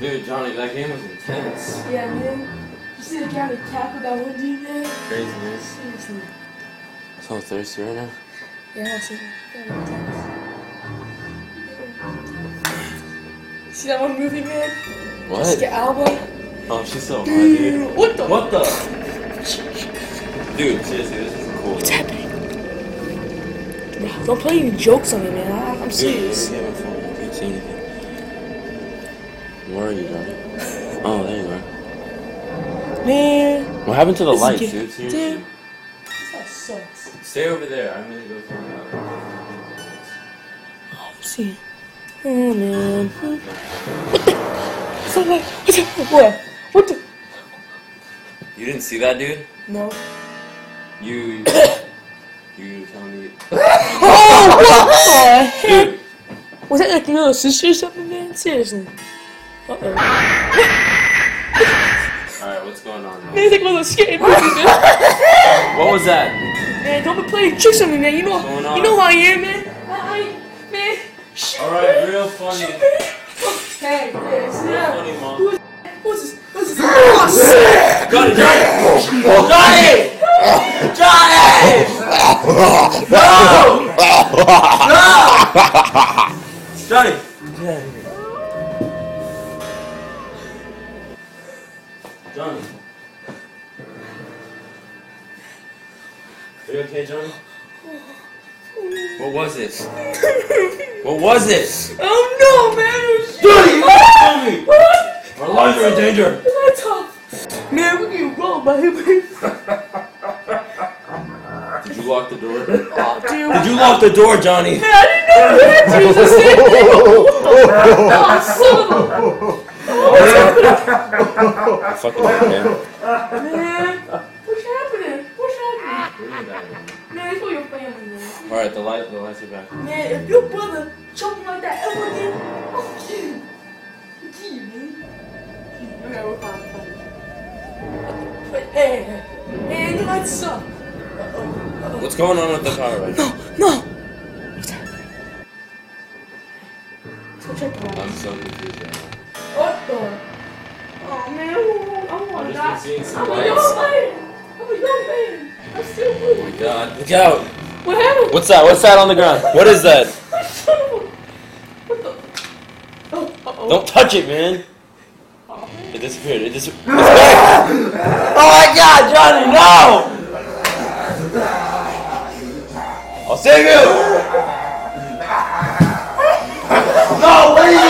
Dude, Johnny, that game was intense. Yeah, man. You see the guy that tackled that one dude, man? Craziness. Seriously. I'm so thirsty right now. Yeah, I see that one intense. See that one movie, man? Jessica What? Alba? Oh, she's so hot, dude. Dude, what the? What the? Dude, seriously, this is cool. What's happening? Bro, Don't play any jokes on me, man. I, I'm Dude, you serious. can't even phone. You can't see anything. Where are you, Johnny? Oh, there you are. Man. What happened to the This is lights, gay. dude? Seriously. Dude. This guy sucks. Stay over there. I'm gonna go find out. Let's see. Oh, man. What's that like? What's that? What? What the? You didn't see that, dude? No. You. you tell me. Oh, what the heck? Dude! Was that like your little sister or something, man? Seriously. Uh oh. Man, Alright, what's going on? now? it's like one of those scary movies, man. What was that? Man, don't be playing tricks on me, man. You know, going on? you know how I am, man. I, I man. Shoot, Alright, man. real funny. Shoot, man. Hey, yes, yeah. Funny, mom. What's this? What's this? Got Oh, it, Johnny! Johnny! Johnny! No! No! Johnny! Johnny. Are you okay, Johnny? What was this? What was this? Oh, no, man. Shoot. Johnny! Tell me! What? Our lives are in danger! What the? Man, we get robbed by him. Dude, Did you lock the door? Did man, you lock the door, Johnny? I didn't know you had Jesus. man. Oh, son of Fucking a- man. É. Man, what's happening? What's happening? Man, it's for your family, man. Alright, the light the lights are back. Man, if your brother choking like that ever again, I'll kill you. I'll kill you, man. Okay, we're fine, we're fine. But, hey, hey, hey, the lights suck. Uh-oh, What's going on with the car right now? uh-oh. No! What's happening? Let's go check it out. I'm so confused right now. What the? Oh man, I I've wanna just die. been seeing some I'm a lights. young man. I'm a young man. I'm still Oh my moving. god. Look out! What happened? What's that? What's that on the ground? What is that? What the? Oh, uh-oh. Don't touch it, man! Oh, man. It disappeared. It disappeared. It's back! Oh my god, Johnny, no! I'll save you! No, what are you